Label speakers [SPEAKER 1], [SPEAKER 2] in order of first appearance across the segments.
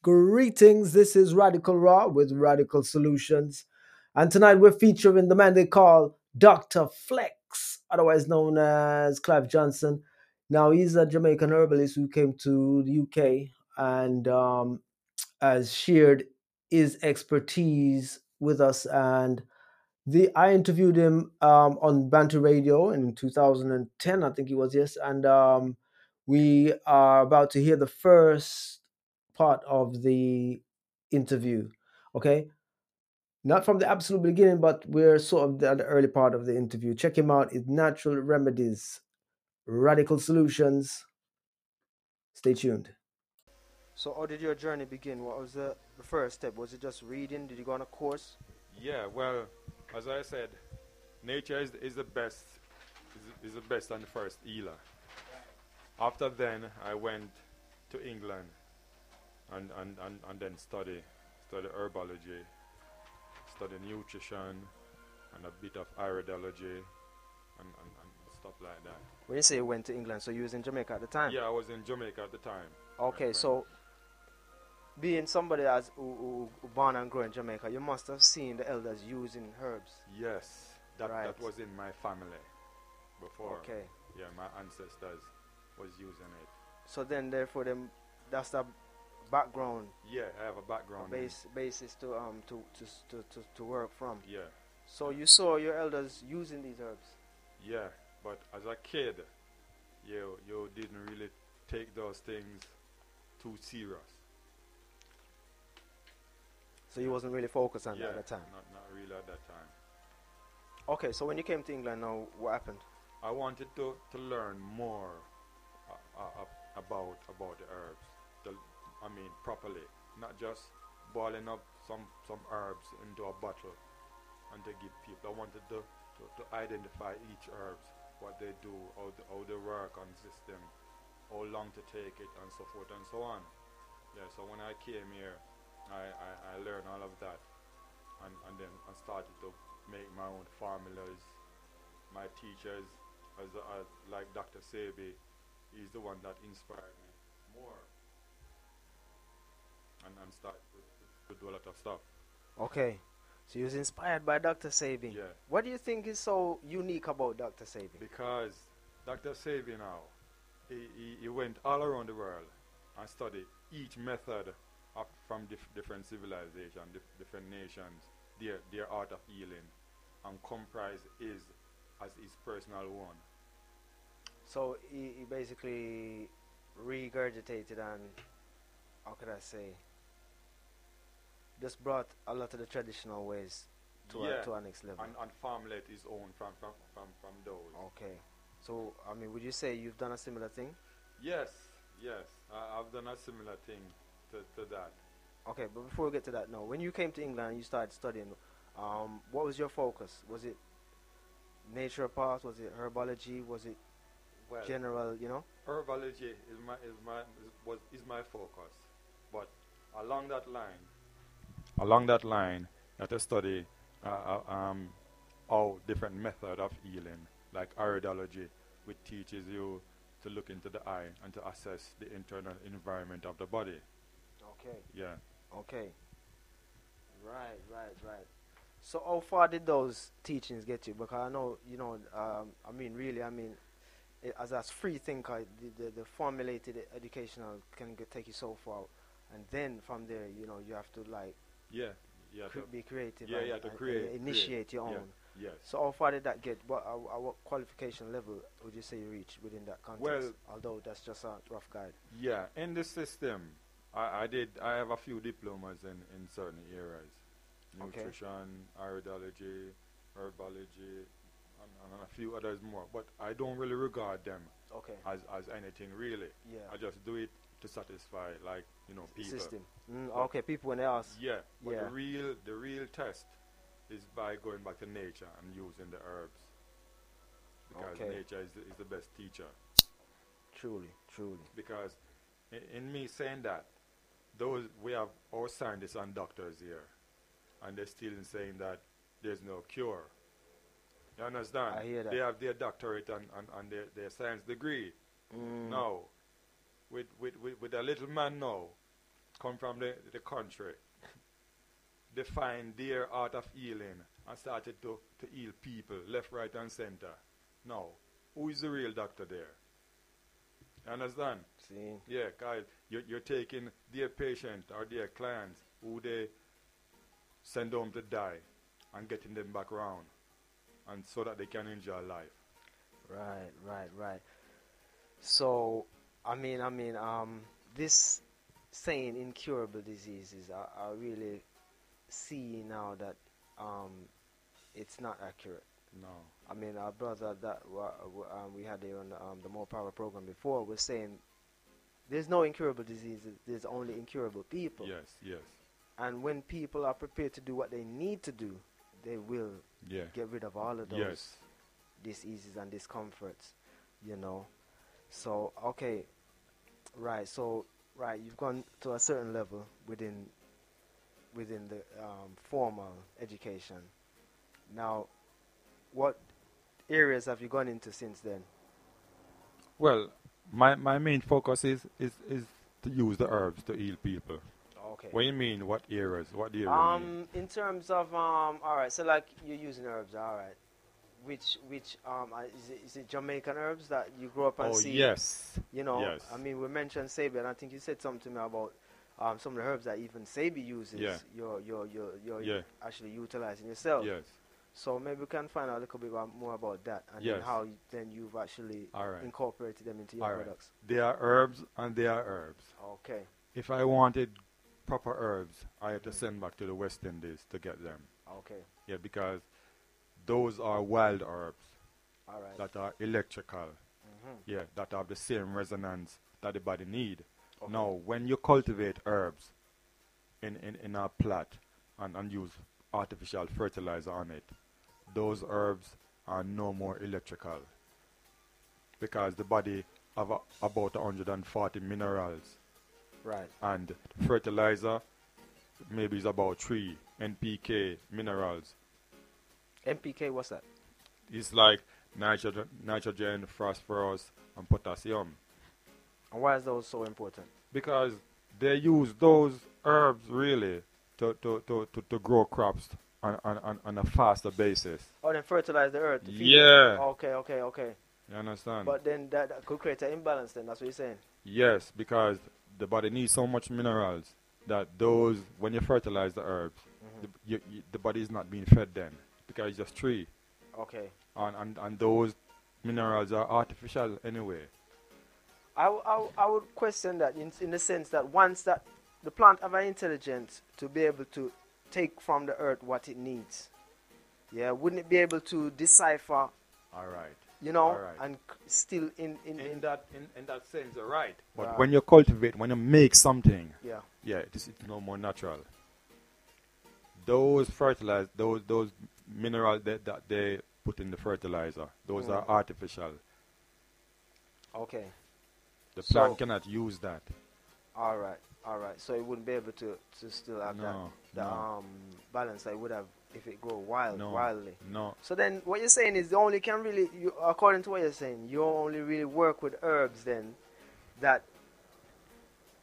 [SPEAKER 1] Greetings, this is Radical Raw with Radical Solutions. And tonight we're featuring the man they call Dr. Flex, otherwise known as Clive Johnson. Now, he's a Jamaican herbalist who came to the UK and um, has shared his expertise with us. And the I interviewed him um, on Bantu Radio in 2010, I think he was, yes. And um, we are about to hear the first part of the interview. Okay, not from the absolute beginning, but we're sort of at the early part of the interview. Check him out. It's Natural Remedies, Radical Solutions. Stay tuned. So, how did your journey begin? What was the, the first step? Was it just reading? Did you go on a course?
[SPEAKER 2] Yeah, well, as I said, nature is, is the best, is, is the best and the first healer. After then, I went to England and, and, and, and then study, study herbology, study nutrition, and a bit of iridology, and, and, and stuff like that.
[SPEAKER 1] When you say you went to England, so you was in Jamaica at the time.
[SPEAKER 2] Yeah, I was in Jamaica at the time.
[SPEAKER 1] Okay,
[SPEAKER 2] Right.
[SPEAKER 1] so being somebody that's who, who, who born and grown in Jamaica, you must have seen the elders using herbs.
[SPEAKER 2] Yes, that,
[SPEAKER 1] Right.
[SPEAKER 2] that was in my family before.
[SPEAKER 1] Okay.
[SPEAKER 2] Yeah, my ancestors was using it.
[SPEAKER 1] So then, therefore, them that's the background
[SPEAKER 2] Yeah, I have a background. in-
[SPEAKER 1] base basis to um to to, s- to, to to work from.
[SPEAKER 2] Yeah.
[SPEAKER 1] So you saw your elders using these herbs.
[SPEAKER 2] Yeah, but as a kid, you you didn't really take those things too serious.
[SPEAKER 1] So you wasn't really focused on that at the time.
[SPEAKER 2] Not not really at that time.
[SPEAKER 1] Okay, so when you came to England, now what happened?
[SPEAKER 2] I wanted to, to learn more uh, uh, uh, about about the herbs. The, I mean properly, not just boiling up some some herbs into a bottle and to give people. I wanted to, to, to identify each herbs, what they do, how the, how they work on system, how long to take it, and so forth and so on. Yeah. So when I came here, I, I, I learned all of that, and and then I started to make my own formulas my teachers, as, as like Dr. Sebi, is the one that inspired me more, and and start to, to do a lot of stuff.
[SPEAKER 1] Okay, so you was inspired by Dr. Sabin.
[SPEAKER 2] Yeah.
[SPEAKER 1] What do you think is so unique about Dr. Sabin?
[SPEAKER 2] Because Dr. Sebi now, he, he, he went all around the world and studied each method of, from dif- different civilizations, dif- different nations, their, their art of healing, and comprised his as his personal one.
[SPEAKER 1] So he, he basically regurgitated and how could I say? Just brought a lot of the traditional ways to
[SPEAKER 2] Yeah.
[SPEAKER 1] a, to our next level.
[SPEAKER 2] And, and formulate his own from, from, from, from those.
[SPEAKER 1] Okay. So I mean, would you say you've done a similar thing?
[SPEAKER 2] Yes, yes. I, I've done a similar thing to, to that.
[SPEAKER 1] Okay, but before we get to that, no. When you came to England and you started studying, um, what was your focus? Was it naturopath? Was it herbology? Was it
[SPEAKER 2] Well,
[SPEAKER 1] general? You know?
[SPEAKER 2] herbology is my is my is, was is my focus, but along that line, along that line, that I study uh, uh, um, all different method of healing, like iridology, which teaches you to look into the eye and to assess the internal environment of the body.
[SPEAKER 1] Okay.
[SPEAKER 2] Yeah.
[SPEAKER 1] Okay. Right, right, right. So how far did those teachings get you? Because I know, you know, um, I mean, really, I mean, i- as a free thinker, the, the, the formulated educational can get, take you so far, and then from there, you know, you have to like
[SPEAKER 2] Yeah. Yeah.
[SPEAKER 1] cre-
[SPEAKER 2] to-
[SPEAKER 1] be creative.
[SPEAKER 2] yeah,
[SPEAKER 1] and,
[SPEAKER 2] yeah, to
[SPEAKER 1] and-
[SPEAKER 2] create,
[SPEAKER 1] and
[SPEAKER 2] create.
[SPEAKER 1] initiate your own.
[SPEAKER 2] Yeah. yes.
[SPEAKER 1] So how far did that get? What, uh, uh, what qualification level would you say you reached within that context?
[SPEAKER 2] Well-
[SPEAKER 1] although that's just a rough guide.
[SPEAKER 2] Yeah, in the system, I, I did. I have a few diplomas in, in certain areas,
[SPEAKER 1] Okay.
[SPEAKER 2] nutrition, iridology, herbology, and, and a few others more. But I don't really regard them
[SPEAKER 1] Okay.
[SPEAKER 2] as, as anything really.
[SPEAKER 1] Yeah.
[SPEAKER 2] I just do it to satisfy, like you know, people.
[SPEAKER 1] System. Mm,
[SPEAKER 2] But-
[SPEAKER 1] okay. People when they ask.
[SPEAKER 2] Yeah, but
[SPEAKER 1] Yeah.
[SPEAKER 2] the real the real test is by going back to nature and using the herbs because
[SPEAKER 1] Okay.
[SPEAKER 2] nature is the, is the best teacher.
[SPEAKER 1] Truly, truly.
[SPEAKER 2] because in, in me saying that, those we have all scientists and doctors here, and they're still saying that there's no cure. You understand?
[SPEAKER 1] I hear that.
[SPEAKER 2] They have their doctorate and, and, and their, their science degree.
[SPEAKER 1] Mm.
[SPEAKER 2] No, with, with, with, with a little man now, come from the, the country, they find their art of healing and started to, to heal people left, right, and center. Now, who is the real doctor there? You understand?
[SPEAKER 1] See,
[SPEAKER 2] Yeah, guys, you're, you're taking their patient or their clients who they send home to die and getting them back around and so that they can enjoy life.
[SPEAKER 1] right, right, right. So, I mean, I mean, um, this saying incurable diseases, I, I really see now that um, it's not accurate.
[SPEAKER 2] No.
[SPEAKER 1] I mean, our brother that wa- wa- um, we had here on the, um, the More Power program before was saying there's no incurable diseases, there's only incurable people.
[SPEAKER 2] Yes, yes.
[SPEAKER 1] And when people are prepared to do what they need to do, they will
[SPEAKER 2] Yeah.
[SPEAKER 1] get rid of all of those
[SPEAKER 2] Yes.
[SPEAKER 1] diseases and discomforts, you know. So, okay, right, so, right, you've gone to a certain level within within the um, formal education. Now, what areas have you gone into since then?
[SPEAKER 2] Well, my, my main focus is, is, is to use the herbs to heal people.
[SPEAKER 1] Okay.
[SPEAKER 2] What do you mean? What areas? What do you mean?
[SPEAKER 1] Um, in terms of um, all right, so like you're using herbs, all right. Which which um uh, is it, is it Jamaican herbs that you grow up and
[SPEAKER 2] Oh,
[SPEAKER 1] see?
[SPEAKER 2] yes.
[SPEAKER 1] You know,
[SPEAKER 2] Yes.
[SPEAKER 1] I mean, we mentioned Sabi, and I think you said something to me about um some of the herbs that even Sabi uses.
[SPEAKER 2] Yeah.
[SPEAKER 1] You're you're you're you're
[SPEAKER 2] Yeah.
[SPEAKER 1] actually utilizing yourself.
[SPEAKER 2] Yes.
[SPEAKER 1] So maybe we can find out a little bit about- more about that and then
[SPEAKER 2] Yes.
[SPEAKER 1] how you, then you've actually
[SPEAKER 2] All right.
[SPEAKER 1] incorporated them into your
[SPEAKER 2] All right.
[SPEAKER 1] products.
[SPEAKER 2] They are herbs and they are herbs.
[SPEAKER 1] Okay.
[SPEAKER 2] If I wanted proper herbs, I had to
[SPEAKER 1] Mhm.
[SPEAKER 2] send back to the West Indies to get them.
[SPEAKER 1] Okay.
[SPEAKER 2] Yeah, because those are wild herbs
[SPEAKER 1] All right.
[SPEAKER 2] that are electrical.
[SPEAKER 1] Mhm.
[SPEAKER 2] Yeah, that have the same resonance that the body need.
[SPEAKER 1] Okay.
[SPEAKER 2] Now, when you cultivate herbs in, in, in a plot and, and use artificial fertilizer on it, those herbs are no more electrical because the body have a, about 140 minerals
[SPEAKER 1] Right.
[SPEAKER 2] and fertilizer maybe is about 3 NPK minerals.
[SPEAKER 1] MPK, what's that?
[SPEAKER 2] It's like nitrogen, nitrogen, phosphorus and potassium.
[SPEAKER 1] And why is those so important?
[SPEAKER 2] because they use those herbs really to, to, to, to, to grow crops on, on, on, on a faster basis.
[SPEAKER 1] Oh, then fertilize the earth. To feed
[SPEAKER 2] Yeah.
[SPEAKER 1] It. Okay, okay, okay.
[SPEAKER 2] You understand?
[SPEAKER 1] But then that, that could create an imbalance. Then that's what you're saying.
[SPEAKER 2] yes, because the body needs so much minerals that those when you fertilize the herbs, the, you, you, the body is not being fed then because it's just tree,
[SPEAKER 1] Okay.
[SPEAKER 2] and and, and those minerals are artificial anyway.
[SPEAKER 1] I, w- I, w- I would question that in, in the sense that once that the plant have an intelligence to be able to take from the earth what it needs, yeah, wouldn't it be able to decipher,
[SPEAKER 2] All right.
[SPEAKER 1] you know,
[SPEAKER 2] Alright.
[SPEAKER 1] and c- still in in, in,
[SPEAKER 2] In that in, in that sense, you're right. But
[SPEAKER 1] Right.
[SPEAKER 2] when you cultivate, when you make something,
[SPEAKER 1] yeah,
[SPEAKER 2] Yeah, it is, it's no more natural. Those fertilizer, those those minerals that, that they put in the fertilizer, those
[SPEAKER 1] Mm.
[SPEAKER 2] are artificial.
[SPEAKER 1] okay,
[SPEAKER 2] The
[SPEAKER 1] So-
[SPEAKER 2] plant cannot use that.
[SPEAKER 1] all right, all right. So it wouldn't be able to to still have
[SPEAKER 2] No,
[SPEAKER 1] that, that
[SPEAKER 2] no.
[SPEAKER 1] um balance that it would have if it grow wild
[SPEAKER 2] No.
[SPEAKER 1] wildly.
[SPEAKER 2] No,
[SPEAKER 1] So then, what you're saying is the only can really, you, according to what you're saying, you only really work with herbs then that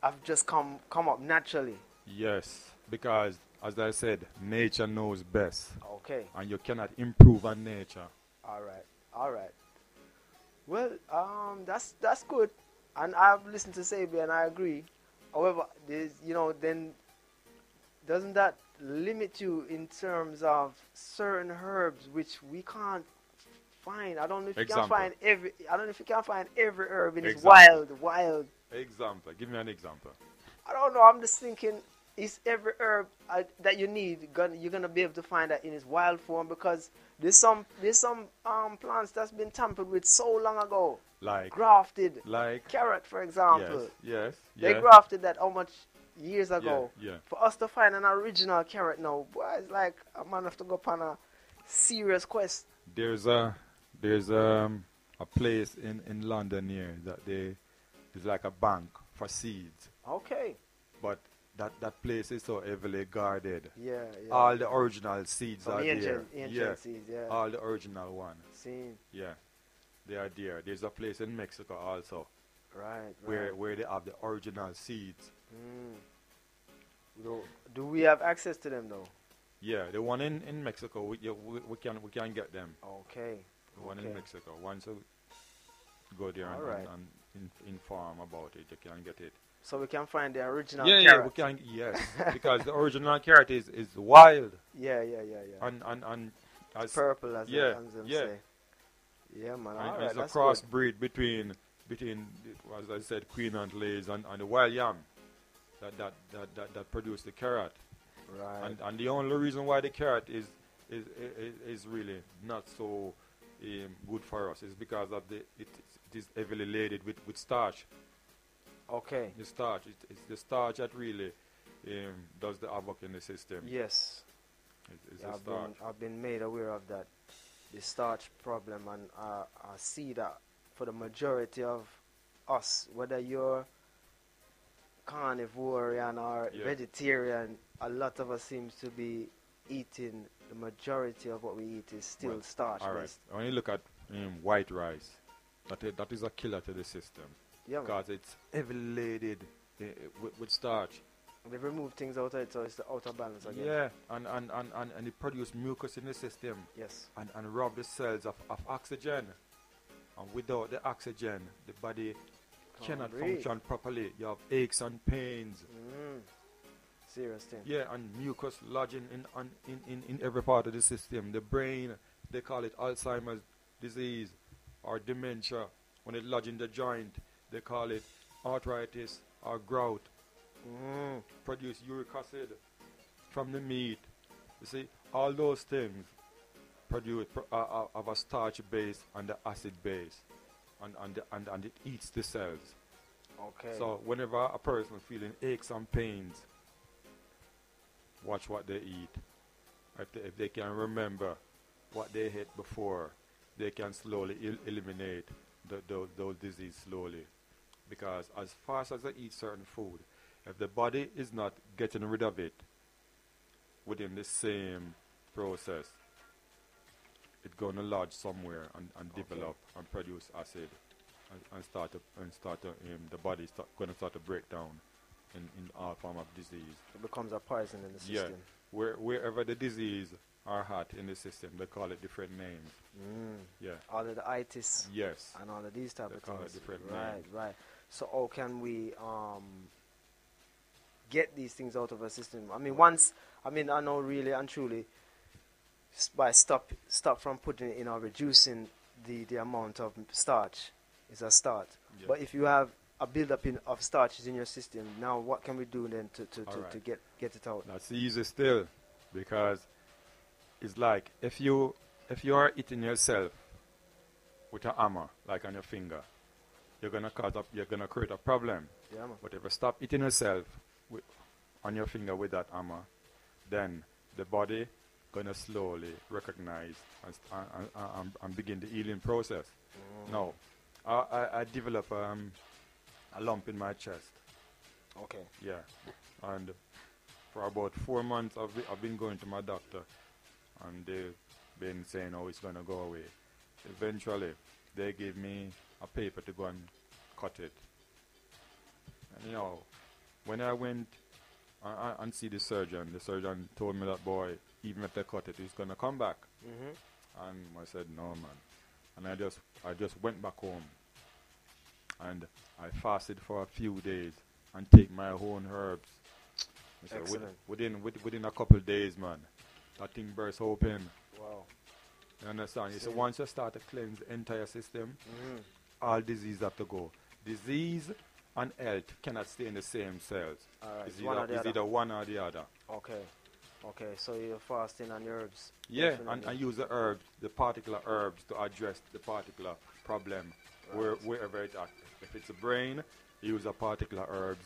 [SPEAKER 1] have just come come up naturally.
[SPEAKER 2] yes, because as I said, nature knows best,
[SPEAKER 1] Okay,
[SPEAKER 2] and you cannot improve on nature.
[SPEAKER 1] all right, all right. Well, um, that's that's good, and I've listened to Sabi and I agree. However, there's you know then doesn't that limit you in terms of certain herbs which we can't find? I don't know if you
[SPEAKER 2] Example.
[SPEAKER 1] can find every. I don't know if you can find every herb in this
[SPEAKER 2] Example.
[SPEAKER 1] wild, wild
[SPEAKER 2] Example. Give me an example.
[SPEAKER 1] I don't know. I'm just thinking, is every herb uh, that you need gonna you're gonna be able to find that in its wild form because there's some there's some um plants that's been tampered with so long ago,
[SPEAKER 2] Like,
[SPEAKER 1] grafted.
[SPEAKER 2] like.
[SPEAKER 1] Carrot, for
[SPEAKER 2] yes,
[SPEAKER 1] example,
[SPEAKER 2] yes,
[SPEAKER 1] they
[SPEAKER 2] yes,
[SPEAKER 1] grafted that how much years
[SPEAKER 2] yeah,
[SPEAKER 1] ago.
[SPEAKER 2] Yeah,
[SPEAKER 1] For us to find an original carrot now, boy, it's like a man have to go upon a serious quest.
[SPEAKER 2] There's a there's um a place in in London here that they is like a bank for seeds.
[SPEAKER 1] Okay.
[SPEAKER 2] but that that place is so heavily guarded.
[SPEAKER 1] Yeah. yeah.
[SPEAKER 2] All the original seeds
[SPEAKER 1] From
[SPEAKER 2] are
[SPEAKER 1] the ancient,
[SPEAKER 2] there.
[SPEAKER 1] ancient
[SPEAKER 2] yeah,
[SPEAKER 1] seeds. Yeah.
[SPEAKER 2] all the original one.
[SPEAKER 1] Seen.
[SPEAKER 2] Yeah, they are there. There's a place in Mexico also
[SPEAKER 1] Right. Right.
[SPEAKER 2] where where they have the original seeds.
[SPEAKER 1] Mm. we have access to them now?
[SPEAKER 2] Yeah, the one in, in Mexico, we, yeah, we, we can we can get them.
[SPEAKER 1] Okay.
[SPEAKER 2] The one in
[SPEAKER 1] Okay.
[SPEAKER 2] Mexico. Once you go there and,
[SPEAKER 1] Alright.
[SPEAKER 2] and, and in, inform about it, you can get it.
[SPEAKER 1] So we can find the original.
[SPEAKER 2] yeah, yeah, we
[SPEAKER 1] carrot.
[SPEAKER 2] can. Yes, because the original carrot is, is wild
[SPEAKER 1] yeah, yeah, yeah, yeah.
[SPEAKER 2] and and and as,
[SPEAKER 1] Purple, as
[SPEAKER 2] yeah,
[SPEAKER 1] the as them
[SPEAKER 2] yeah.
[SPEAKER 1] say. Yeah, man.
[SPEAKER 2] and
[SPEAKER 1] All
[SPEAKER 2] it's
[SPEAKER 1] right,
[SPEAKER 2] a
[SPEAKER 1] that's good.
[SPEAKER 2] crossbreed between between as I said, Queen and Lays and, and the wild yam that that that that, that produce the carrot.
[SPEAKER 1] Right.
[SPEAKER 2] and and the only reason why the carrot is is is, is really not so um, good for us is because of the it, it is heavily laden with with starch.
[SPEAKER 1] okay.
[SPEAKER 2] The starch it, it's the starch that really um, does the havoc in the system.
[SPEAKER 1] Yes.
[SPEAKER 2] It- it's
[SPEAKER 1] Yeah,
[SPEAKER 2] the
[SPEAKER 1] I've been
[SPEAKER 2] starch.
[SPEAKER 1] I've been made aware of that, the starch problem, and I, I see that for the majority of us, whether you're carnivorian or
[SPEAKER 2] Yeah.
[SPEAKER 1] vegetarian, a lot of us seems to be eating. The majority of what we eat is still
[SPEAKER 2] Well,
[SPEAKER 1] starch
[SPEAKER 2] All right.
[SPEAKER 1] based.
[SPEAKER 2] When you look at um, white rice, that i- that is a killer to the system
[SPEAKER 1] Yeah, man.
[SPEAKER 2] because it's heavily laden uh, with, with starch.
[SPEAKER 1] they remove things out of it, so it's the outer balance again.
[SPEAKER 2] Yeah, and and, and, and and it produces mucus in the system.
[SPEAKER 1] Yes.
[SPEAKER 2] and, and rob the cells of, of oxygen. And without the oxygen, the body
[SPEAKER 1] Can't
[SPEAKER 2] cannot
[SPEAKER 1] breathe.
[SPEAKER 2] function properly. You have aches and pains.
[SPEAKER 1] Mm. Serious thing.
[SPEAKER 2] Yeah, and mucus lodging in, on- in, in, in every part of the system. The brain, they call it Alzheimer's disease or dementia. When it lodges in the joint, they call it arthritis or gout.
[SPEAKER 1] Mm.
[SPEAKER 2] Produce uric acid from the meat. You see, all those things produce pro- uh, uh, of a starch base and the acid base, and and the- and, and it eats the cells.
[SPEAKER 1] Okay.
[SPEAKER 2] So whenever a person feeling aches and pains, watch what they eat. If they, if they can remember what they ate before, they can slowly el- eliminate the, those those disease slowly, because as fast as they eat certain food, if the body is not getting rid of it within the same process, it's going to lodge somewhere and, and
[SPEAKER 1] Okay.
[SPEAKER 2] develop and produce acid and, and start to, and start to, um, the body start going to start to break down in, in all form of disease.
[SPEAKER 1] it becomes a poison in the
[SPEAKER 2] Yeah.
[SPEAKER 1] system.
[SPEAKER 2] Where, wherever the disease are hot in the system, they call it different names.
[SPEAKER 1] Mm.
[SPEAKER 2] Yeah.
[SPEAKER 1] All of the itis.
[SPEAKER 2] Yes.
[SPEAKER 1] and all of these type
[SPEAKER 2] They
[SPEAKER 1] of
[SPEAKER 2] call it
[SPEAKER 1] things.
[SPEAKER 2] different
[SPEAKER 1] right,
[SPEAKER 2] names.
[SPEAKER 1] right. So how can we um, get these things out of our system? I mean, once I mean, I know really and truly s- by stop stop from putting it in or reducing the the amount of starch is a start.
[SPEAKER 2] Yeah.
[SPEAKER 1] But if you have a buildup in, of starches in your system, now what can we do then to, to, to,
[SPEAKER 2] Alright.
[SPEAKER 1] to get get it out?
[SPEAKER 2] That's easy still, because it's like if you if you are hitting yourself with a hammer, like on your finger, you're gonna cause a, you're gonna create a problem.
[SPEAKER 1] Yeah, man.
[SPEAKER 2] But if you stop hitting yourself with, on your finger with that hammer, then the body gonna slowly recognize and, st- and, and- and, and begin the healing process.
[SPEAKER 1] Mm,
[SPEAKER 2] No, I, I, I develop um, a lump in my chest.
[SPEAKER 1] Okay.
[SPEAKER 2] Yeah, and for about four months I've been, I've been going to my doctor, and they've been saying, "Oh, it's gonna go away." Eventually, they gave me a paper to go and cut it. And you know, when I went and, and- and see the surgeon, the surgeon told me that boy, even if they cut it, it's gonna come back.
[SPEAKER 1] hmm
[SPEAKER 2] And I said, "No, man." And I just I just went back home, and I fasted for a few days and take my own herbs. I said, "Wit-
[SPEAKER 1] Excellent.
[SPEAKER 2] Within within, within a couple days, man, that thing burst open.
[SPEAKER 1] Wow.
[SPEAKER 2] You understand? So
[SPEAKER 1] See.
[SPEAKER 2] once you start to cleanse the entire system,
[SPEAKER 1] Mhm.
[SPEAKER 2] all disease have to go. Disease and health cannot stay in the same cells.
[SPEAKER 1] All right.
[SPEAKER 2] It's
[SPEAKER 1] one or
[SPEAKER 2] either,
[SPEAKER 1] the
[SPEAKER 2] it's
[SPEAKER 1] other.
[SPEAKER 2] either one or the other.
[SPEAKER 1] Okay. Okay, so you're fasting on herbs.
[SPEAKER 2] Yeah, and,
[SPEAKER 1] Definitely.
[SPEAKER 2] and use the herbs, the particular herbs to address the particular problem where,
[SPEAKER 1] Right.
[SPEAKER 2] wherever it acts. If it's a brain, use a particular herbs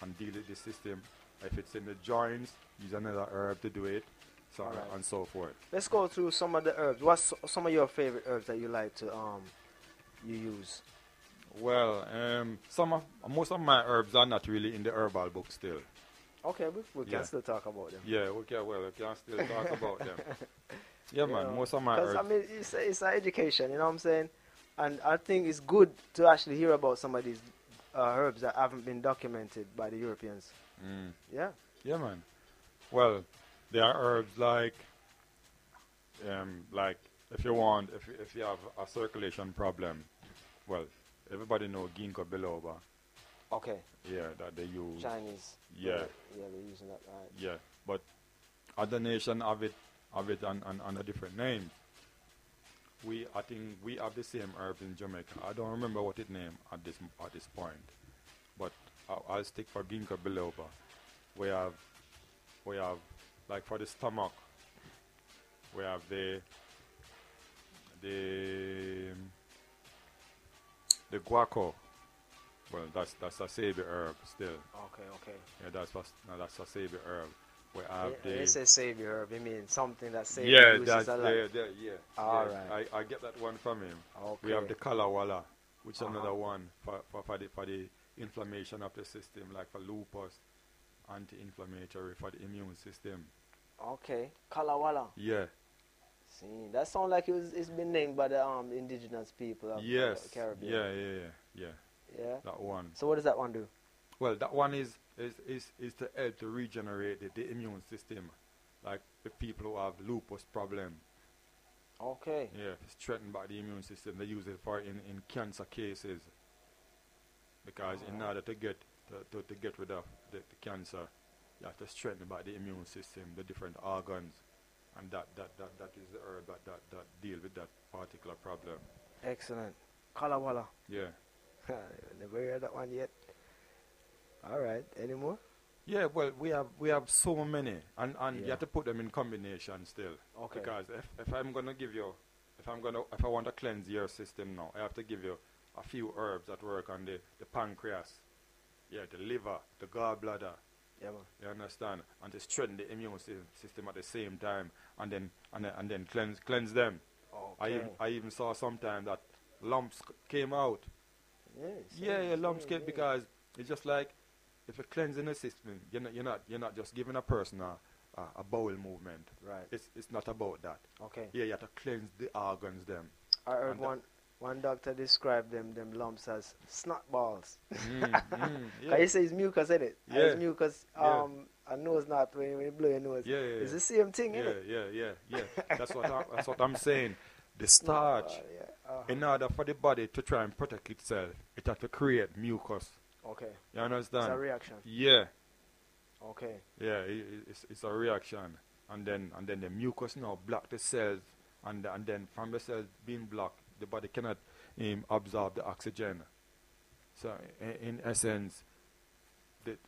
[SPEAKER 2] and deal with the system. If it's in the joints, use another herb to do it, so on
[SPEAKER 1] Alright.
[SPEAKER 2] and so forth.
[SPEAKER 1] Let's go through some of the herbs. What's s- some of your favorite herbs that you like to um you use?
[SPEAKER 2] Well, um, some of most of my herbs are not really in the herbal book still.
[SPEAKER 1] Okay, we, we can
[SPEAKER 2] Yeah.
[SPEAKER 1] still talk about them.
[SPEAKER 2] Yeah, okay, well, we can still talk about them. Yeah,
[SPEAKER 1] You know,
[SPEAKER 2] man, most of my
[SPEAKER 1] 'cause,
[SPEAKER 2] herbs.
[SPEAKER 1] I mean, it's a- it's an education, you know what I'm saying? And I think it's good to actually hear about some of these uh, herbs that haven't been documented by the Europeans.
[SPEAKER 2] Mm.
[SPEAKER 1] Yeah.
[SPEAKER 2] Yeah, man. Well, there are herbs like, um, like if you want, if if you have a circulation problem, well, everybody know ginkgo biloba.
[SPEAKER 1] Okay,
[SPEAKER 2] Yeah, that they use.
[SPEAKER 1] Chinese.
[SPEAKER 2] Yeah.
[SPEAKER 1] Yeah, they're using that, right.
[SPEAKER 2] Yeah, but other nation have it have it on, on, on a different name. We I think we have the same herb in Jamaica. I don't remember what it name at this at this point, but I, I'll stick for ginkgo biloba. We have we have like for the stomach. We have the the the guaco. Well, that's that's a sabi herb still.
[SPEAKER 1] Okay, okay.
[SPEAKER 2] Yeah, that's what no, that's a savior herb. We have
[SPEAKER 1] When-
[SPEAKER 2] the
[SPEAKER 1] when you say savior herb, you mean something that savior
[SPEAKER 2] yeah,
[SPEAKER 1] uses
[SPEAKER 2] that's
[SPEAKER 1] a lot.
[SPEAKER 2] the, the, yeah.
[SPEAKER 1] All
[SPEAKER 2] yeah.
[SPEAKER 1] right.
[SPEAKER 2] I, I get that one from him.
[SPEAKER 1] Okay.
[SPEAKER 2] We have the kalawala, which
[SPEAKER 1] Uh-huh.
[SPEAKER 2] is another one for, for, for the for the inflammation of the system, like for lupus, anti-inflammatory for the immune system.
[SPEAKER 1] Okay, Kalawala.
[SPEAKER 2] Yeah,
[SPEAKER 1] See, that sounds like it was, it's been named by the um indigenous people of
[SPEAKER 2] yes,
[SPEAKER 1] the Caribbean.
[SPEAKER 2] yeah, yeah, yeah, yeah.
[SPEAKER 1] Yeah.
[SPEAKER 2] That one.
[SPEAKER 1] So what does that one do?
[SPEAKER 2] Well, that one is is is, is to help to regenerate the, the immune system, like the people who have lupus problem.
[SPEAKER 1] Okay.
[SPEAKER 2] Yeah, if it's threatened by the immune system. They use it for in, in cancer cases because in order to get to, to, to get rid of the, the cancer, you have to strengthen by the immune system, the different organs, and that that, that, that is the herb that, that that deal with that particular problem.
[SPEAKER 1] Excellent. Kalawala.
[SPEAKER 2] Yeah,
[SPEAKER 1] Never heard that one yet. All right. Any more?
[SPEAKER 2] yeah. Well, we have we have so many, and and you
[SPEAKER 1] Yeah.
[SPEAKER 2] have to put them in combination still.
[SPEAKER 1] Okay.
[SPEAKER 2] Because if, if I'm gonna give you, if I'm gonna, if I want to cleanse your system now, I have to give you a few herbs that work on the, the pancreas, yeah, the liver, the gallbladder.
[SPEAKER 1] Yeah, man.
[SPEAKER 2] You understand? And to strengthen the immune sy- system at the same time, and then and then, and then cleanse cleanse them. I
[SPEAKER 1] Okay.
[SPEAKER 2] even, I even saw sometime that lumps c- came out.
[SPEAKER 1] yeah,
[SPEAKER 2] Yeah, yeah, lumps
[SPEAKER 1] yeah,
[SPEAKER 2] came because it's just like if you're cleansing the system, you're not you're not you're not just giving a person a, a, a bowel movement.
[SPEAKER 1] Right.
[SPEAKER 2] It's it's not about that.
[SPEAKER 1] Okay.
[SPEAKER 2] Yeah, you have to cleanse the organs them.
[SPEAKER 1] I heard
[SPEAKER 2] and that-
[SPEAKER 1] one one doctor described them them lumps as snot balls.
[SPEAKER 2] Mm, mm,
[SPEAKER 1] Cause you say it's mucus, is it?
[SPEAKER 2] Yeah.
[SPEAKER 1] It's mucus.
[SPEAKER 2] Yeah.
[SPEAKER 1] Um, a nose knot when you, when you blow your nose.
[SPEAKER 2] Yeah, yeah,
[SPEAKER 1] It's
[SPEAKER 2] yeah.
[SPEAKER 1] the same thing,
[SPEAKER 2] yeah,
[SPEAKER 1] innit?
[SPEAKER 2] yeah, yeah, yeah. That's what I'm, that's what I'm saying. The
[SPEAKER 1] Snot
[SPEAKER 2] starch,
[SPEAKER 1] ball, yeah. Uh-huh.
[SPEAKER 2] in order for the body to try and protect itself, it has to create mucus.
[SPEAKER 1] Okay. It's
[SPEAKER 2] You
[SPEAKER 1] a
[SPEAKER 2] understand?
[SPEAKER 1] reaction.
[SPEAKER 2] Yeah,
[SPEAKER 1] Okay.
[SPEAKER 2] yeah. i- i- It's, it's a reaction, and then and then the mucus now block the cells, and and then from the cells being blocked, the body cannot um, absorb the oxygen. So in, in essence, the